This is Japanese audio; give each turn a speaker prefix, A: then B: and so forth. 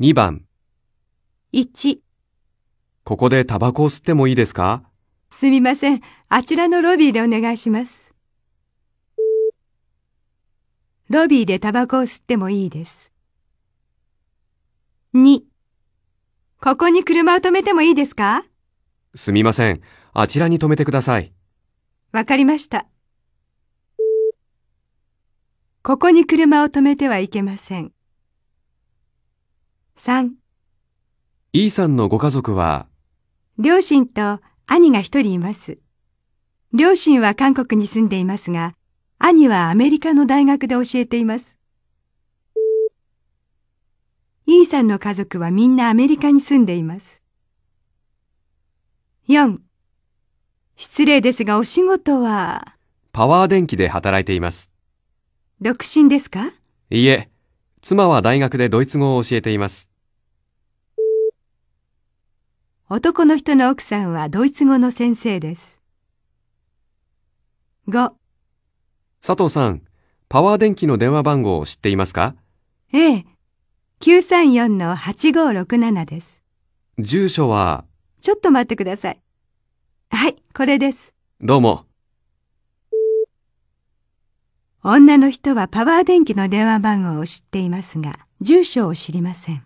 A: 2番、
B: 1、
A: ここでタバコを吸ってもいいですか
B: すみません。あちらのロビーでお願いします。ロビーでタバコを吸ってもいいです。2、ここに車を止めてもいいですか
A: すみません。あちらに止めてください。
B: わかりました。ここに車を止めてはいけません。3、
A: E さんのご家族は、
B: 両親と兄が一人います。両親は韓国に住んでいますが、兄はアメリカの大学で教えています。E さんの家族はみんなアメリカに住んでいます。4. 失礼ですがお仕事は
A: パワー電気で働いています。
B: 独身ですか
A: いいえ、妻は大学でドイツ語を教えています。
B: 男の人の奥さんはドイツ語の先生です。5.
A: 佐藤さん、パワー電気の電話番号を知っていますか
B: A. 934-8567です。
A: 住所は、
B: ちょっと待ってください。はい、これです。
A: どうも。
B: 女の人はパワー電気の電話番号を知っていますが、住所を知りません。